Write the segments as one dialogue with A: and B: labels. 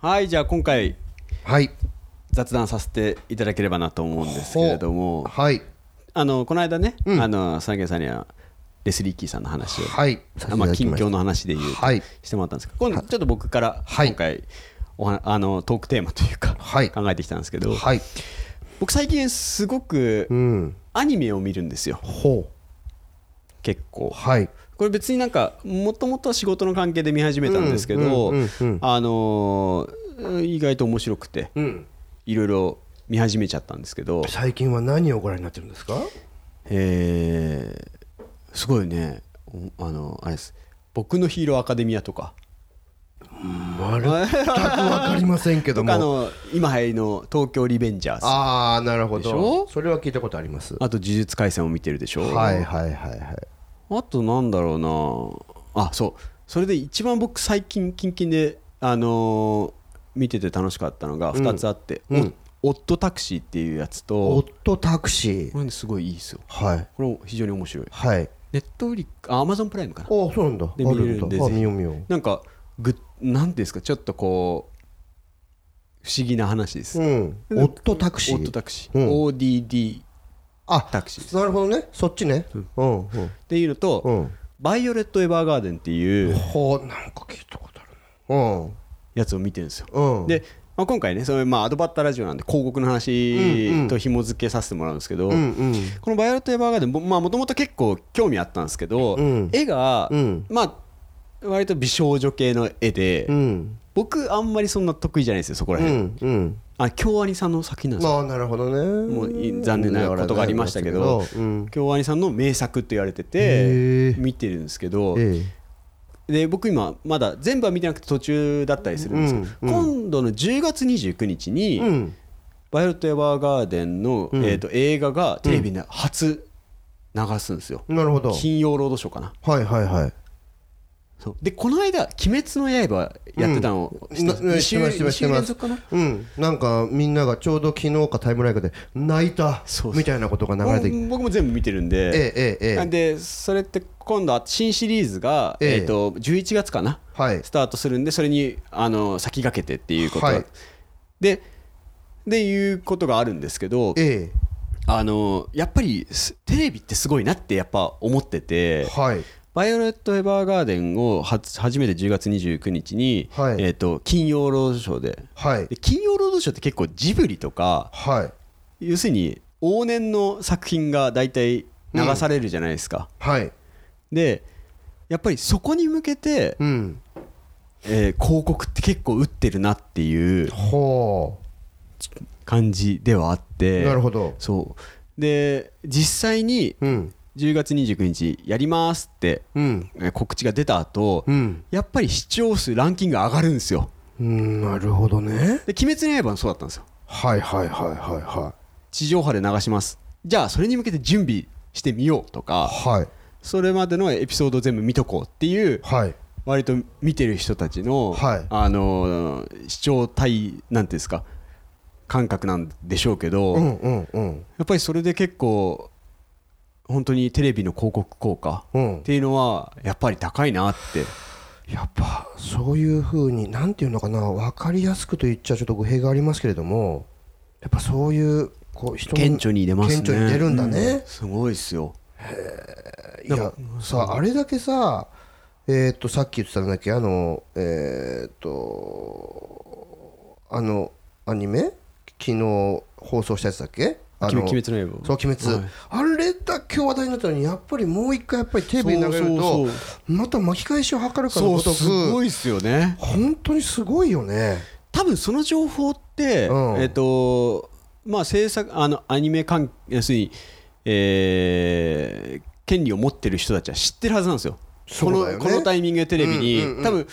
A: はいじゃあ今回
B: はい
A: 雑談させていただければなと思うんですけれども
B: はい
A: あのこの間ね、あの三軒さんにはレスリー・キーさんの話を、
B: はい
A: あまあ、近況の話で言うと、
B: はい
A: してもらったんですけど今度ちょっと僕から
B: はい
A: 今回おはあのトークテーマというか、
B: はい
A: 考えてきたんですけど、
B: はい
A: 僕最近すごく
B: うん
A: アニメを見るんですよ
B: ほ
A: 結構
B: うはい
A: これ別になんかもともとは仕事の関係で見始めたんですけど、
B: うんうんうんうん
A: あのー意外と面白くて
B: うん
A: いろいろ見始めちゃったんですけど、
B: 最近は何をご覧になってるんですか
A: えーすごいねおあのあれです「僕のヒーローアカデミア」とか
B: 全く分かりませんけど
A: とかあ
B: も
A: の今流行りの「東京リベンジャーズ」あ
B: ああなるほ
A: でしょ
B: どそれは聞いたことありますは
A: と「呪術廻戦」を見てるでしょ、
B: いはいはいはい
A: あとなんだろうなあそうそれで一番僕最近キンキンで、あのー見てて楽しかったのが2つあって「おオットタクシー」っていうやつ
B: オ
A: と
B: ットタクシー
A: これねすごいいいですよ
B: はい
A: これも非常に面白い
B: はい
A: ネットフリックアマゾンプライムかな
B: ああそうなんだ
A: で
B: あ
A: 見れるんで
B: あ
A: ぜひ
B: 見よう見よう
A: なんかぐなんていうんですかちょっとこう不思議な話です、
B: うんオットタクシ
A: オット
B: ー
A: タクシー、
B: うん
A: ODD
B: あ
A: タクシーです
B: なるほどねそっちねうんうん
A: っていうのと、
B: うん
A: バイオレット・エヴァーガーデンっていう
B: ほうなんか聞いたことあるな
A: やつを見てるんですよ、
B: うんうん
A: で、まあ、今回ねそれ、まあ、アドバッタラジオなんで広告の話と紐付けさせてもらうんですけど、
B: うんうん
A: この「バイオレット・エヴァーガーデン」もまあもともと結構興味あったんですけど、
B: うん
A: 絵が、
B: うん
A: まあ割と美少女系の絵で、
B: うん
A: 僕あんまりそんな得意じゃないんですよそこら
B: う
A: 辺、
B: んうん
A: あ京アニさんの作品なんですよ
B: まあなるほどね
A: もうい残念なことがありましたけど
B: うん
A: 京アニさんの名作って言われて
B: へ
A: て
B: ー
A: 見てるんですけど
B: え
A: で僕今まだ全部は見てなくて途中だったりするんですけど、今度の10月29日に
B: えうん
A: 「バイオレット・エヴァーガーデンの」えーと映画がテレビで初流すんですよ、
B: なるほど
A: 金曜ロードショーかな
B: はいはいはい
A: そうでこの間「鬼滅の刃」やってたのを、
B: な
A: 2週
B: してま
A: 2
B: すして
A: 週
B: ます
A: 連続かな
B: うんなんかみんながちょうど昨日かタイムライブで泣いた
A: そうそう
B: みたいなことが流れてきて
A: 僕僕も全部見てるんで、
B: ええええええ
A: でそれって今度は新シリーズが、
B: え
A: え
B: え
A: ー、と11月かな
B: はい
A: スタートするんでそれにあの先駆けてっていうこと、
B: はい
A: ででいうことがあるんですけど
B: え
A: あのやっぱりすテレビってすごいなってやっぱ思って
B: え
A: て
B: はい
A: 「バイオレット・エヴァーガーデンを」初初めて10月29日に、
B: はい
A: えー、と金曜ロードショーで
B: はい
A: で金曜ロードショーって結構ジブリとか
B: はい
A: 要するに往年の作品が大体流されるじゃないですか。
B: はい
A: でやっぱりそこに向けて、
B: うん
A: えー広告って結構打ってるなっていう
B: ほ
A: 感じではあっ
B: う
A: て
B: なるほど
A: そうで実際に
B: うん
A: 10月29日やりますって、
B: うん
A: えー告知が出た後、
B: うん
A: やっぱり視聴数ランキング上がるんですよ
B: うんなるほどね
A: で「鬼滅の刃」もそうだったんですよ
B: はいはいはいはいは
A: 地上波で流しますじゃあそれに向けて準備してみようとか
B: いはい
A: それまでのエピソード全部見とこうっていう
B: はい
A: 割と見てる人たちの、
B: はい
A: あのー視聴体なんていうんですか感覚なんでしょうけど、
B: う
A: や
B: んうんうん
A: っぱりそれで結構本当にテレビの広告効果
B: う
A: っ
B: ん
A: ていうのはやっぱり高いなって
B: やっぱそういうふうになんていうのかな分かりやすくと言っちゃちょっと語弊がありますけれどもやっぱそういうこう人の
A: 顕著に出ますね
B: 顕著に出るんだね
A: うすごいですよ
B: いやさあれだけさえっとさっき言ってたんだっけあのえっとあのアニメ昨日放送したやつだっけあ
A: 鬼
B: の
A: 滅の刃
B: そう鬼滅、
A: はい
B: あれだけ話題になったのにやっぱりもう一回やっぱりテレビに流れ
A: そ
B: ると
A: うそう
B: また巻き返しを図るかの
A: そ
B: ご
A: う
B: とく
A: すごいですよね
B: 本当にすごいよね
A: 多分その情報って、
B: うん
A: えっ、とまあ制作あのアニメ関要するに、えー権利を持ってる人たちは知ってるはずなんですよ。
B: そうだよね
A: このこのタイミングでテレビに、
B: うんうんうん
A: 多分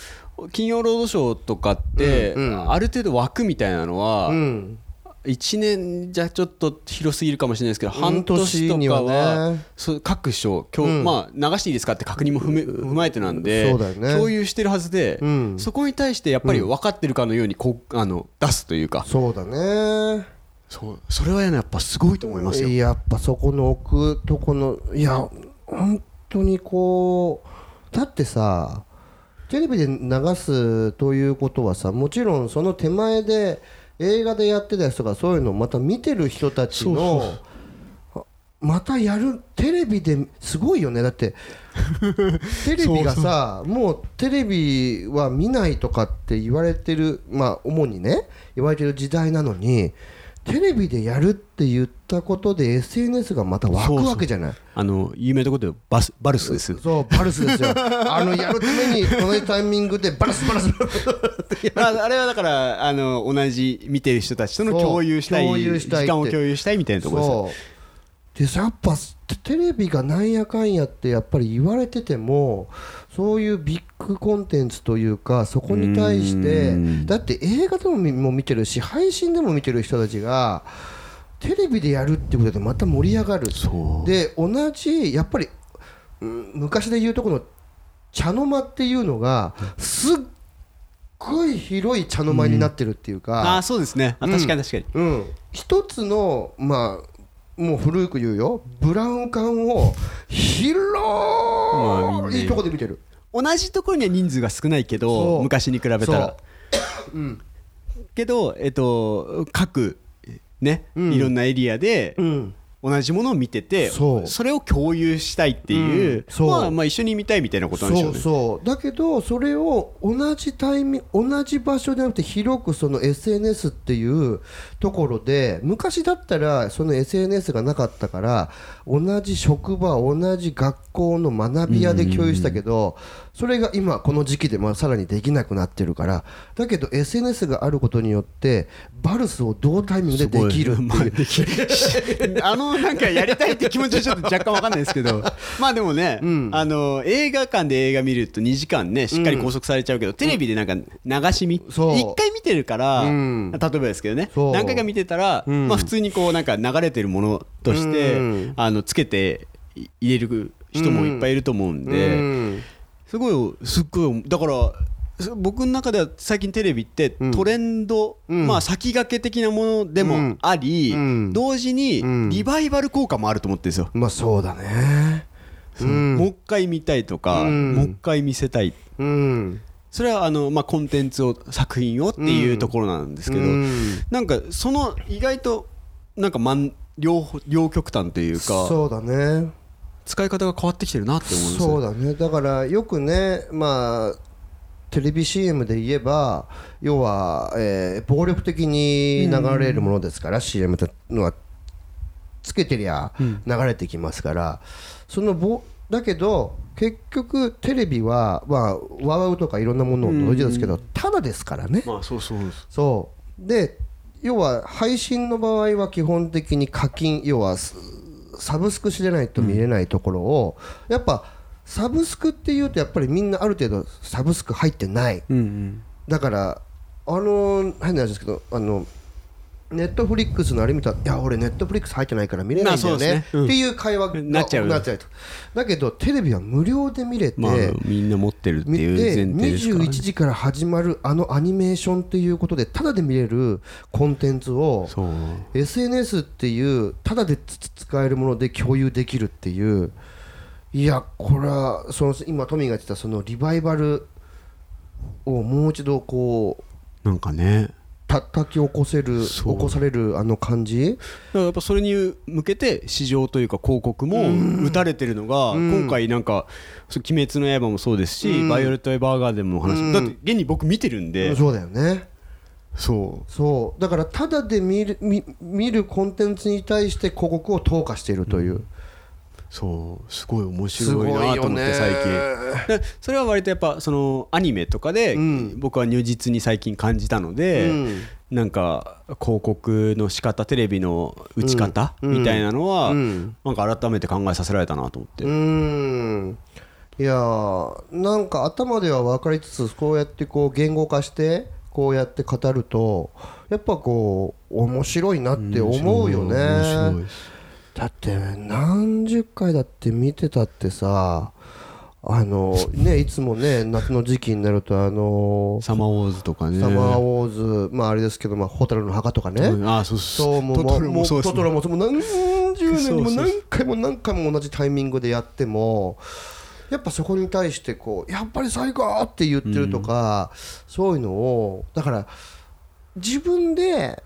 A: 金曜ロードショーとかって、
B: うんうん
A: ある程度枠みたいなのは、
B: うん
A: 1年じゃちょっと広すぎるかもしれないですけど、
B: うん
A: 半年とか
B: 年には
A: は、
B: ね
A: そう各所今
B: うん
A: まあ、流していいですかって確認も踏め 踏まえてなんで、
B: そうだよね
A: 共有してるはずで、
B: うん
A: そこに対してやっぱり分かってるかのようにこうあの出すというか
B: そうだね
A: そうそれはねやっぱすごいと思いますよ。
B: やっぱそこの置くとこのいや本当にこうだってさテレビで流すということはさもちろんその手前で映画でやってたやつとかそういうのをまた見てる人たちのまたやるテレビですごいよねだってテレビがさもうテレビは見ないとかって言われてるまあ主にね言われてる時代なのにテレビでやるって言ったことで SNS がまた湧くわけじゃない
A: あの有名なことでバスバルスです
B: そうバルスですよあのやるためにこのタイミングでバルスバルスバルス
A: まあ、あれはだからあの同じ見てる人たちとの
B: そう
A: 共有したい
B: 共有し
A: 時
B: たいって
A: 間を共有したいみたいなところですよ
B: そうでさやっぱテテレビがなんやかんやってやっぱり言われててもそういうビッグコンテンツというかそこに対して
A: うん
B: だって映画でも見も見てるし配信でも見てる人たちがテレビでやるってことでまた盛り上がる
A: そう
B: で同じやっぱり、うん昔で言うとこの茶の間っていうのがすっごい広い茶の間になってるっていうか、
A: ああそうですねあ
B: うん
A: 確かに確かに、
B: うん、一つのまあもう古く言うよブラウン管を
A: まあみんな
B: 広
A: い
B: いとこで見てる
A: 同じところには人数が少ないけ
B: そ
A: ど
B: う
A: 昔に比べたら
B: そ、うん
A: けど、えっと、各ね、
B: うん
A: いろんなエリアで
B: うん
A: 同じものを見てて
B: そう
A: れを共有したいっていう,、
B: うんそう
A: まあ、まあ一緒に見たいみたいなことなんでしょ
B: そうう
A: ね
B: そうだけどそれを同じタイミング同じ場所じゃなくて広くその SNS っていうところで昔だったらその SNS がなかったから同じ職場同じ学校の学び屋で共有したけどそれが今この時期でまあさらにできなくなってるからだけど SNS があることによってバルスを同タイミングでできるって
A: まあ
B: いう
A: できる あのなんかやりたいって気持ちはちょっと若干わかんないですけ どまあでもね、あの映画館で映画見ると2時間ねしっかり拘束されちゃうけど、テレビでなんか流し見
B: そう
A: 1回見てるから、
B: うん
A: 例えばですけどね
B: そう
A: 何回か見てたら、
B: ん
A: まあ、普通にこうなんか流れてるものとして、
B: うん
A: あのつけてい入れる人もいっぱいいると思うんで。
B: うん
A: すごいすっごいだからす僕の中では最近テレビって
B: うん
A: トレンド、
B: うん
A: まあ先駆け的なもので
B: う
A: も
B: ん
A: あり、
B: うん
A: 同時
B: う
A: に
B: ん
A: リバイバル効果もあると思ってるんですよ、
B: まあそうだねうん
A: もう一回見たいとか、
B: うん
A: もう一回見せたい
B: うん
A: それはあの、まあ、コンテンツを作品をっていうところなんですけど、
B: うん
A: なんかその意外となんか真ん両方両極端というか
B: そうだね
A: 使い方が変わってきてるなって思うんですよ
B: そうだねだからよくねまあテレビ CM で言えば要は、えー暴力的に流れるものですから、CM ってのはつけてりゃ流れてきますから、そのぼだけど結局テレビは、まあ、ワウワウとかいろんなものを除いてですけど、ただですからね
A: まあそうそうです
B: そうで要は配信の場合は基本的に課金要はすサブスクしてないと見れないところを、やっぱサブスクっていうとやっぱりみんなある程度サブスク入ってない
A: うんうん
B: だからあの変な話ですけどあのネットフリックスのあれ見たらいや俺ネットフリックス入ってないから見れないんだ
A: まあそう
B: よね,、
A: ですねうん
B: っていう会話が
A: なっちゃう
B: なっちゃうとだけどテレビは無料で見れて、
A: まあ、みんな持ってるって
B: 見
A: いう前提
B: て
A: ですから、
B: 21時から始まるあのアニメーションっていうことでただで見れるコンテンツを
A: そう
B: SNS っていうただでつつ使えるもので共有できるっていういやこれはその今トミーが言ってたそのリバイバルをもう一度こう
A: なんかね
B: 叩き起こせる起
A: そう
B: こされるあの感
A: だ
B: じ
A: からやっぱそれに向けて市場というか広告も打たれてるのが今回なんか「そう鬼滅の刃」もそうですし「ヴァイオレット・エヴァーガーデン」もお話もだって現に僕見てるんで
B: そうだよね
A: そう
B: そうだからただで見る見見るコンテンツに対して広告を投下しているという、
A: そうすごい面
B: すご
A: 白いなと思って最近でそれは割とやっぱそのアニメとかで
B: うん
A: 僕は如実に最近感じたので、
B: うん
A: なんか広告の仕方テレビの打ち方
B: うん
A: みたいなのは、
B: うん
A: なんか改めて考えさせられたなと思って、
B: うーんいやーなんか頭では分かりつつこうやってこう言語化してこうやって語るとやっぱこう面白いなって思うよ
A: 面
B: ね。
A: 白いです
B: だって何十回だって見てたってさあの ねいつもね夏の時期になるとあの
A: サマーウォーズとかね
B: サマーウォーズまああれですけどまあ蛍の墓とかね、
A: うんあそうそう
B: そうもう
A: トトロもそう
B: う
A: です
B: ト
A: ね
B: トロもそうもう何十年も
A: そうそうそう
B: 何回も何回も同じタイミングでやってもやっぱそこに対してこうやっぱり最高って言ってるとか、そういうのをだから自分で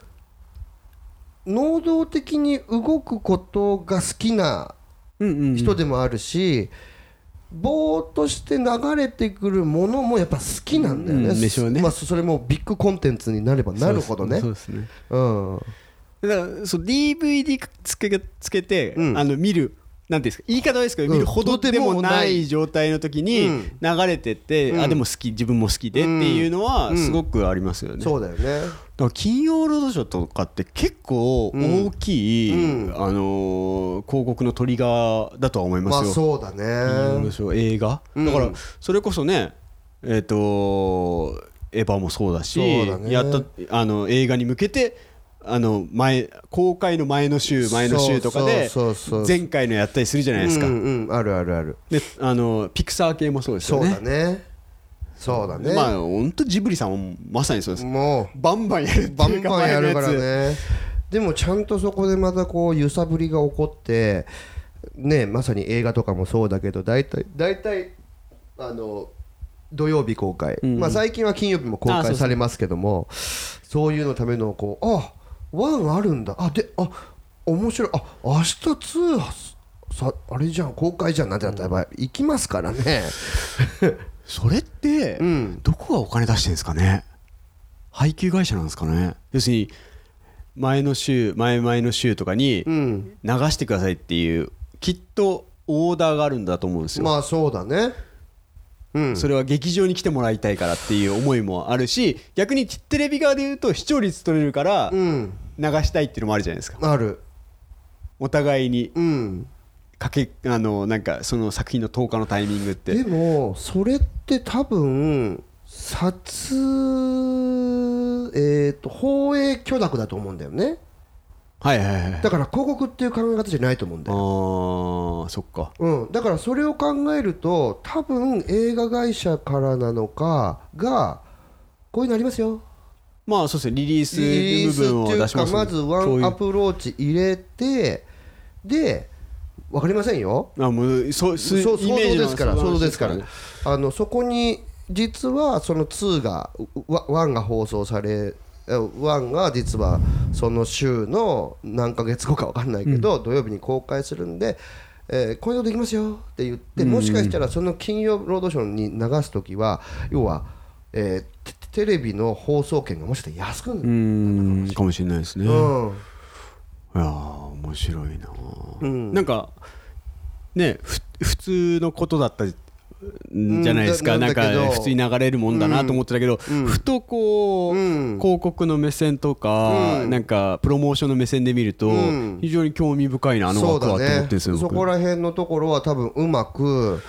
B: 能動的に動くことが好きな
A: うんうんうん
B: 人でもあるし、ぼーっとして流れてくるものもやっぱ好きなんだよね,、
A: うんでしょうね
B: まあ、そそれもビッグコンテンツになればなるほどね
A: そうですね
B: うんうん
A: だからそう DVD つけつけて、
B: うん
A: あの見るなんていうんですか言い方ですけど、
B: う
A: 見
B: ん
A: るほどでもない状態の時
B: う
A: に
B: ん
A: 流れてって、
B: うん
A: あでも好き自分も好きでっていうの
B: う
A: は
B: ん
A: すごくありますよね、だか
B: そうだよね
A: ら金曜ロードショーとかって結構大きい、
B: うん
A: あのー広告のトリガーだとは思います
B: ま
A: よ、
B: あそうだ
A: なん
B: ね
A: でしょう映画、
B: うん
A: だからそれこそねえっ、とエヴァもそうだし
B: そうだね
A: やったあの映画に向けてあの前公開の前の週前の週とかで
B: そうそうそうそう
A: 前回のやったりするじゃないですか、
B: うんうんあるあるある
A: であのピクサー系もそうです
B: そ
A: よ
B: う
A: ね
B: だねそうだね、
A: まあ本当ジブリさんもまさにそうです、
B: も
A: バンバンやるっていうう
B: バ
A: か
B: ンバンやるから
A: 前のや
B: ね でもちゃんとそこでまたこう揺さぶりが起こってねまさに映画とかもそうだけど大体大体あの土曜日公開、
A: うん
B: まあ、最近は金曜日も公
A: あそう
B: 開
A: そう
B: されますけどもそういうのためのこうあワンあるんだあであ面白いあ明日ツーさあれじゃん公開じゃんなんてなったらやっぱ行きますからね、
A: つそれって、
B: うん、
A: どこがお金出してるんですかね配給会社なんですかね要するに前の週前々の週とかに
B: うん、
A: 流してくださいっていうきっとオーダーがあるんだと思うんですよ、
B: まあそうだねうん
A: それは劇場に来てもらいたいからっていう思いもあるし逆にテレビ側で言うと視聴率取れるから
B: うん
A: 流したいっていうのもあるじゃないですか
B: ある
A: お互いに
B: うん
A: かけあのなんかその作品の10日のタイミングって
B: でもそれって多分撮えー、と放映許諾だと思うんだよね
A: はいはいはい
B: だから広告っていう考え方じゃないと思うんだ
A: あ
B: よ、
A: ーそっか
B: うん、だからそれを考えると多分映画会社からなのかがこういうのありますよ
A: まあそうですねリリース
B: リリースって
A: 部分を
B: い
A: 出
B: う
A: しま
B: か
A: す
B: まずワ
A: 共
B: ン
A: 有
B: アプローチ入れてで分かりませんよ
A: あもうそう
B: そう
A: す
B: 想
A: イメー
B: 像
A: ジの
B: ですから
A: そ
B: 想
A: う
B: 像ですからあのそこに実はその2がわ1が放送されえ1が実はその週の何ヶ月後か分かんないけど、土曜日に公開するんで、えーこういうのできますよって言ってもしかしたらその金曜ロードショーに流す時は要は、えーテテレビの放送権がもしかしたら安くな
A: う
B: る、
A: ーんかもしれないですね、
B: うん
A: いやー面白いなー、
B: うん
A: なんかねふ普通のことだったじ
B: ん
A: ゃないですか、
B: だ
A: なん
B: なんだけど
A: か普通に流れるもんだなと思ってたけど、
B: うん
A: ふとこう、
B: うん
A: 広告の目線とか、
B: うん
A: なんかプロモーションの目線で見ると、
B: うん
A: 非常に興味深いなあの枠はって思ってるんですよ、
B: そ
A: 僕
B: こら辺のところは多分うまく、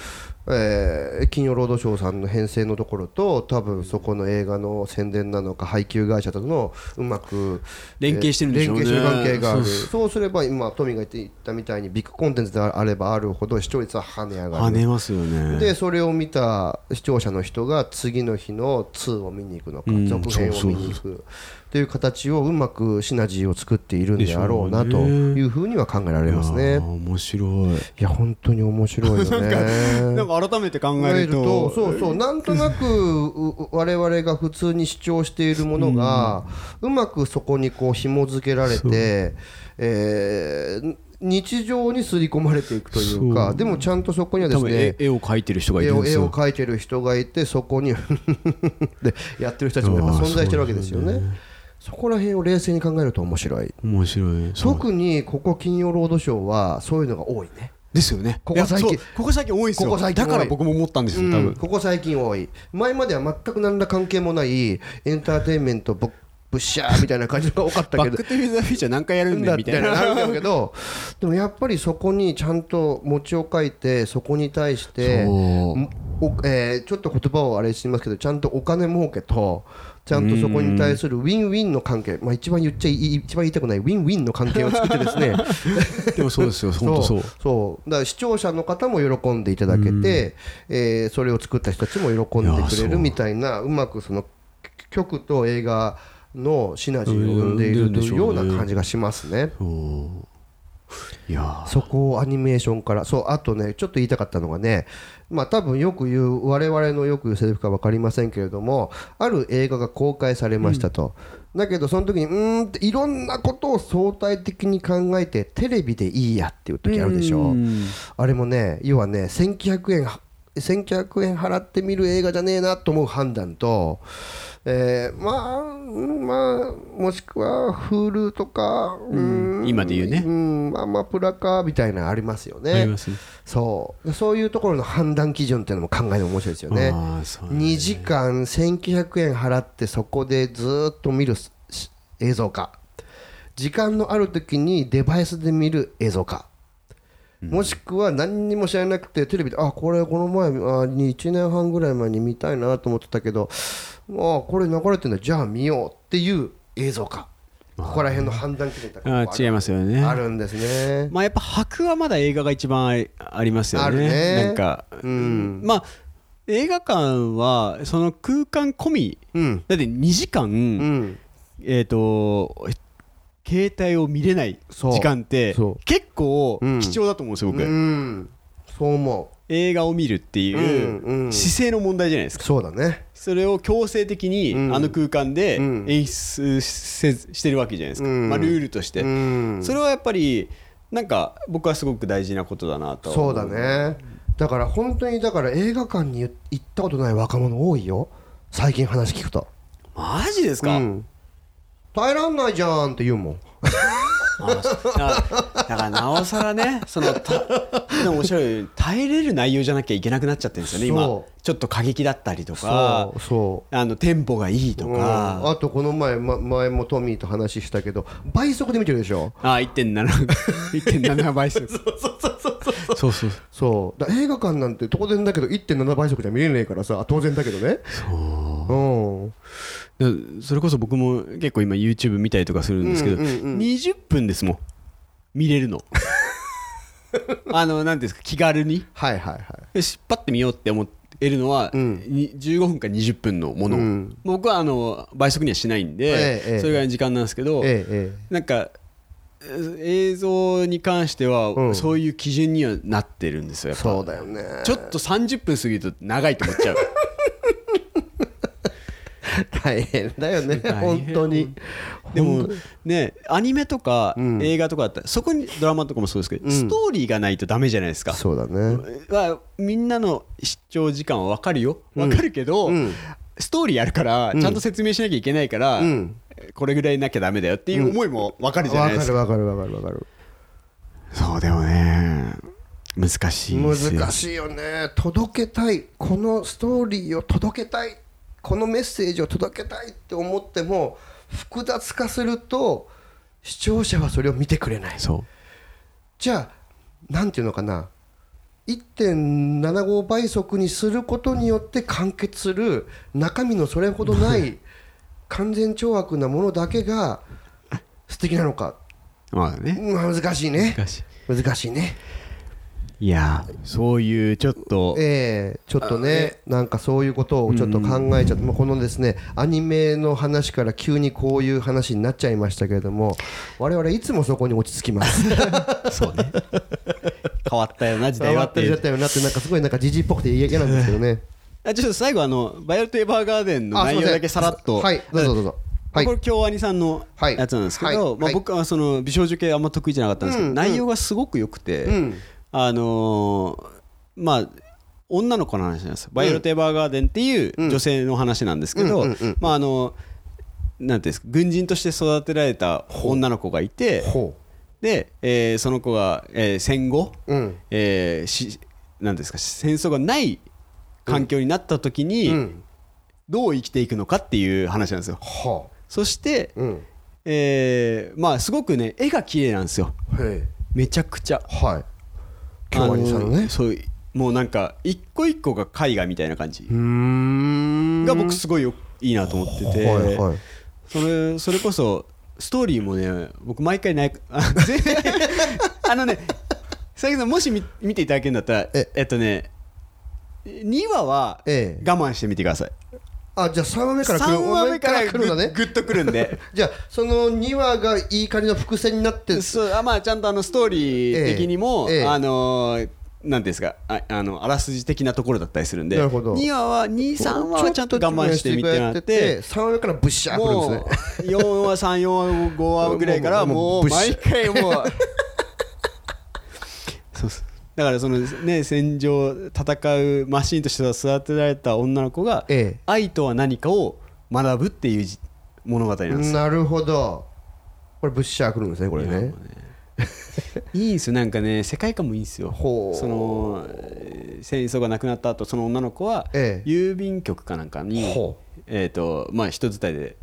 B: えー金曜ロードショーさんの編成のところと多分そこの映画の宣伝なのか配給会社とのうまく
A: 連携してるんでしょうね
B: 連携してる関係がある
A: そう
B: そうすれば今トミーが言ったみたいにビッグコンテンツであればあるほど視聴率は跳ね上が
A: 跳
B: る
A: ねますよね
B: でそれを見た視聴者の人が次の日の2を見に行くのか、
A: うん
B: 続編を見に行くっていう形をうまくシナジーを作っているんであろうなというふうには考えられます
A: い
B: ね
A: やー。面白い
B: いや本当に面白いよね。
A: なんか改めて考
B: 考
A: え
B: え
A: る
B: る
A: と
B: とそうそうなんとなくう我々が普通に主張しているものがうまくそこにこう紐付けられて、えー日常に刷り込まれていくというか
A: そう
B: でもちゃんとそこにはで
A: 多
B: す
A: 分
B: ね
A: 絵絵を描いてる人がい
B: 絵
A: るん
B: を
A: で
B: 絵
A: す
B: を
A: よ
B: 描いてる人がいてそこに でやってる人たちもやっぱ存在してるわけですよね。そこら辺を冷静に考えると面白い
A: 面白いそう
B: 特にここ金曜ロードショーはそういうのが多いね
A: ですよね
B: ここ最近
A: いやそうここ最近多いんですよ
B: ここ最近多い
A: だから僕も思ったんですよ多分、
B: うんここ最近多い前までは全く何ら関係もないエンターテインメントぶぶっしゃーみたいな感じのが多かった
A: バ
B: け
A: ッ
B: ど
A: ク・トゥ・ザ・フューチャー何回やるんだよみた い
B: だ
A: な
B: ってなるんだけどでもやっぱりそこにちゃんと餅を書いてそこに対して
A: そう
B: もおえーちょっと言葉をあれしますけどちゃんとお金儲けとちゃんとそこに対するウィンウィンの関係、まあ、一番言っちゃいい一番言いたくないウィンウィンの関係を作ってですね
A: でもそうですよ本当 そう
B: そうだから視聴者の方も喜んでいただけて、えーそれを作った人たちも喜んでくれ
A: いや
B: る
A: そう
B: みたいなうまくその曲と映画のシナジーを生んでいるというような感じがしますね。
A: そういや
B: そこをアニメーションからそうあとねちょっと言いたかったのがねまあ多分よく言う我々のよく言うセリフか分かりませんけれどもある映画が公開されましたと、だけどその時にうーんっていろんなことを相対的に考えてテレビでいいやっていう時あるでしょ、あれもね要はね1900円1900円払って見る映画じゃねえなと思う判断と、えーまあ、うんまあ、もしくは Hulu とか、うん
A: 今で言うね
B: うん、まあまあプラカみたいなのありますよ
A: あり
B: ね
A: ますね
B: そうそういうところの判断基準っていうのも考えるの面白いですよね
A: ああそう
B: 2時間1900円払ってそこでずーっと見るし映像化時間のある時にデバイスで見る映像化もしくは何にも知らなくてテレビであこれこの前あに1年半ぐらい前に見たいなと思ってたけどあこれ流れてるんだじゃあ見ようっていう映像化ここら辺の判断基準って
A: あー違いますよね
B: あるんですね
A: まあやっぱ白はまだ映画が一番ありありますよ
B: ある
A: ね
B: ね
A: なんか、
B: うん
A: まあ映画館はその空間込み
B: うん
A: だって2時間、
B: うん
A: えっ、と携帯を見れない
B: そう
A: 時間って
B: そう
A: 結構
B: うん
A: 貴重だと思うんですよ、僕、
B: うんそう思
A: 映画を見るって
B: う
A: いう
B: うんうん
A: 姿勢の問題じゃないですか
B: そうだね
A: それを強制的に
B: うん
A: あの空間で
B: うん
A: 演出せずしてるわけじゃないですか、
B: うん
A: まあ、ルールとして、
B: うん
A: それはやっぱりなんか僕はすごく大事なことだなと
B: そうだねだから本当にだから映画館に行ったことない若者多いよ最近話聞くと
A: マジですか、
B: うん耐えらんないじゃんって言うもん
A: あそうだからだからなおさら ねそのたでも面白いように耐えれる内容じゃなきゃいけなくなっちゃってるんですよね今
B: そ
A: ちょっと過激だったりとか
B: そうそ
A: あのテンポがいいと
B: う、
A: か、
B: うんあとこの前、ま、前もトミーと話したけど倍速で見てるでしょ
A: あ1.7 1.7倍数そうそうそうそう
B: そうだ映画館なんて当然だけど1.7倍速じゃ見れねえからさ当然だけどねそう
A: だそれこそ僕も結構今 YouTube 見たりとかするんですけど、
B: うんうんうん
A: 20分ですもん見れる のあの何ていうんですか気軽に
B: はいはいはい
A: よしパッて見ようって思えるのは、
B: うん
A: に15分か20分のもの、
B: うん
A: 僕はあの倍速にはしないんで、
B: ええええ
A: それぐらいの時間なんですけど、
B: えええ
A: なんかえー映像に関しては、
B: うん
A: そういう基準にはなってるんですよ
B: え
A: やっぱ
B: そうだよね
A: ちょっと30分過ぎると長いと思っちゃう
B: 大変だよね
A: 大変
B: 本当に
A: でもねアニメとか
B: うん
A: 映画とかだったら、そこにドラマとかもそうですけど、
B: うん
A: ストーリーがないとダメじゃないですか
B: そうだね
A: はみんなの視聴時間は分かるよ分かるけど、
B: うん
A: ストーリーあるからちゃんと説明しなきゃいけないから、
B: うん
A: これぐらいなきゃダメだよっていう思いも分かるじゃないですか,、
B: わかるわかるわかるわかる
A: そうでもね難しいですよ
B: 難しいよね届けたいこのストーリーを届けたいこのメッセージを届けたいって思っても複雑化すると視聴者はそれを見てくれない
A: そう
B: じゃあなんていうのかな1.75倍速にすることによって完結する中身のそれほどない完全懲悪なものだけが素敵なのか、
A: まあね
B: うん難しいね
A: 難し
B: 難しいね
A: いいやーそういうちょっと
B: ええちょっとねなんかそういうことをちょっと考えちゃって、もうこのですねアニメの話から急にこういう話になっちゃいましたけれども我々いつもそこに落ち着きます
A: そうね変わったよな時代
B: 変
A: は
B: わ
A: っ
B: ってて
A: い
B: る
A: う
B: やったよなってなんかすごいなんかじじいっぽくて嫌嫌なんですけどね
A: あちょっと最後あの「バイオレット・エヴァーガーデン」の
B: あすい
A: 内容
B: ません
A: だけさらっと
B: はいどうぞどうぞはい
A: これ京アニさんの
B: はい
A: やつなんですけ
B: は
A: ど、
B: い
A: ま
B: は
A: あ、
B: い
A: 僕はその美少女系あんま得意じゃなかったんですけど、
B: うん
A: 内容がすごく良くて、
B: うん
A: あのーまあ女の子の話なんですよバイオレット・エヴァーガーデンっていう女性の話なんですけど、
B: うんうんうんうん
A: まああのなんていうんですか軍人として育てられた女の子がいて
B: ほ
A: で、えーその子が、えー戦後、
B: ううん
A: えーしなんですか戦争がない環境になった時に、
B: うん
A: どう生きていくのかっていう話なんですよ
B: は
A: そして、
B: あうん
A: えーまあすごくね絵が綺麗なんですよ
B: へ
A: めちゃくちゃ
B: えはい京アニさんの
A: あ
B: ね
A: のそうもうなんか一個一個が絵画みたいな感じ
B: うーん
A: が僕すごいよいいなと思ってて、
B: はいはい
A: それそれこそストーリーもね僕毎回ない ああのね佐伯さんもし見見ていただけるんだったらえ
B: え
A: っとね2話は我
B: ええ
A: 慢してみてください、
B: ああじゃあ3話目から来る
A: 3話目から
B: 来るのね
A: グッとくるんで
B: じゃあその2話がいい感じの伏線になって
A: そうあまあちゃんとあのストーリー的にも、
B: ええええ
A: あのーなんていうんですかああのあらすじ的なところだったりするんで
B: なるほど
A: 2話は23話はちゃんと我慢してみてなって
B: 3話目からブッシャー来るんで
A: もう
B: すね
A: 4話3 4話5話ぐらいからも
B: もうもうもう
A: う
B: ブッシ
A: 毎
B: ュ
A: 回もうそうっすだからそのね戦場戦うマシーンとして育てられた女の子が
B: ええ
A: 愛とは何かを学ぶっていうじ物語なんですよ
B: なるほどこれブッシャー来るんですねこれね
A: いいんですよなんかね世界観もいいんですよ
B: ほう
A: そのえー戦争がなくなった後その女の子は
B: ええ
A: 郵便局かなんかに、
B: ほ
A: えーとまあ、人伝いで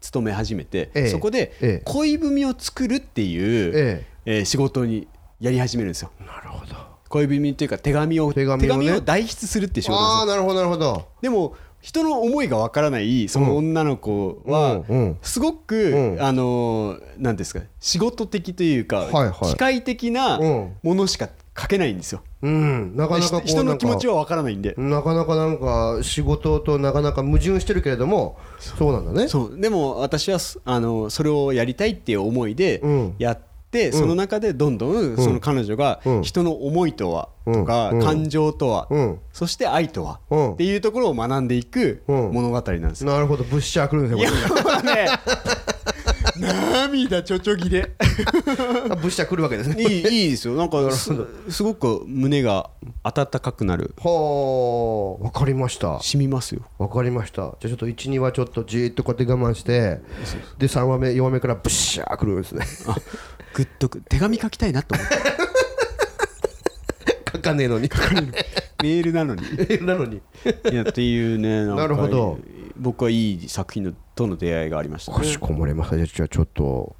A: 勤め始めて、
B: ええ
A: そこ
B: ええ
A: で恋文を作るっていう、
B: え
A: えー仕事にやり始めるんですよ
B: なるほど
A: 恋文っていうか手紙を
B: 手紙をね
A: 代筆するっていう仕事なん
B: あ
A: で
B: あ
A: すよ
B: なるほどなるほど
A: でも人の思いがわからないその女の子は、
B: うんうん
A: すごく、
B: うん
A: あのーなんですか仕事的というか、
B: はいはい
A: 機械的な
B: うん
A: ものしか書けないんですよ、
B: うんなかなかこ
A: 人
B: うな
A: の
B: ん
A: 気持ち
B: か
A: はわからないんで、
B: なかなかなんか仕事となかなか矛盾してるけれどもそうなんだね
A: そうでも私はそあのそれをやりたいっていう思いで
B: うん
A: やって、その中でどんどんその彼女が
B: うん
A: 人の思いとは、
B: うん
A: とか、
B: うん
A: 感情とは、
B: うん
A: そして愛とは、
B: うん
A: っていうところを学んでいく
B: うん
A: 物語なんですよ。
B: なるほどブッシャー来るんで
A: い
B: すね
A: や
B: これ
A: もう ね涙ちょちょぎで
B: あブッシャー来るわけです
A: い
B: ね
A: いいいですよなんかすすごく胸が温かくなる
B: ほうわかりました
A: 染み ますよ
B: わかりましたじゃあちょっと12話ちょっとじーっとこうやって我慢してで3話目4話目からブッシャー来るんですね
A: あグッとく手紙書きたいなと思 って
B: 書かねえのに
A: メールなのに
B: なのに
A: いやっていうねんか
B: なるほど
A: 僕はいい作品のとの出会いがありました
B: か
A: ね
B: しこまりましたじゃあじゃあちょっと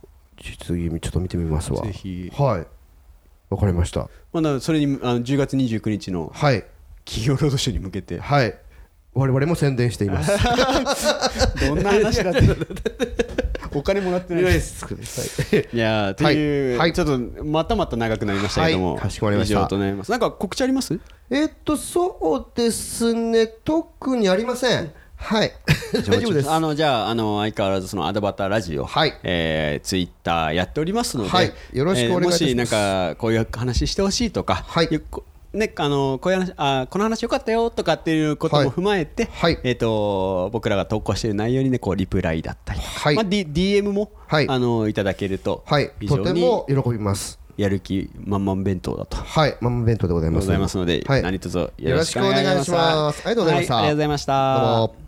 B: 次ちょっと見てみますわ
A: ぜひ
B: はいわかりました
A: まあだからそれにあの10月29日の
B: はい
A: 企業ロードショーに向け て
B: はい我々も宣伝しています
A: どんな話だって お金もらってないです
B: はい
A: いやーという、
B: はいはい
A: ちょっとまたまた長くなりましたけども、
B: はいかしこまりました
A: 以上となりますなんか告知あります
B: えーっとそうですね特にありませんはい 大丈夫です
A: あのじゃああの相変わらずそのアドバターラジオ、
B: はい
A: えツイッター Twitter やっておりますので、
B: はいよろしくお願いいたします
A: えーもしなんかこういう話してほしいとか、
B: はい
A: ゆこね、あのこういう話あこの話よかったよとかっていうことも踏まえて、
B: はいはい
A: えー、と僕らが投稿している内容に、ね、こうリプライだったりとか、
B: はい
A: まあ D、DM も、
B: はい
A: あのいただけると、
B: はい
A: 非
B: と
A: 常
B: て
A: に
B: も喜びます
A: やる気満々弁当だと。
B: はいママ弁当でございます
A: ございますので、
B: はい
A: 何卒よ
B: よ
A: ろ
B: ろ
A: し
B: し
A: く
B: く
A: お
B: お
A: 願
B: 願
A: い
B: い
A: し
B: し
A: ま。
B: ますすありがとうございました
A: はありがとうございました
B: どうも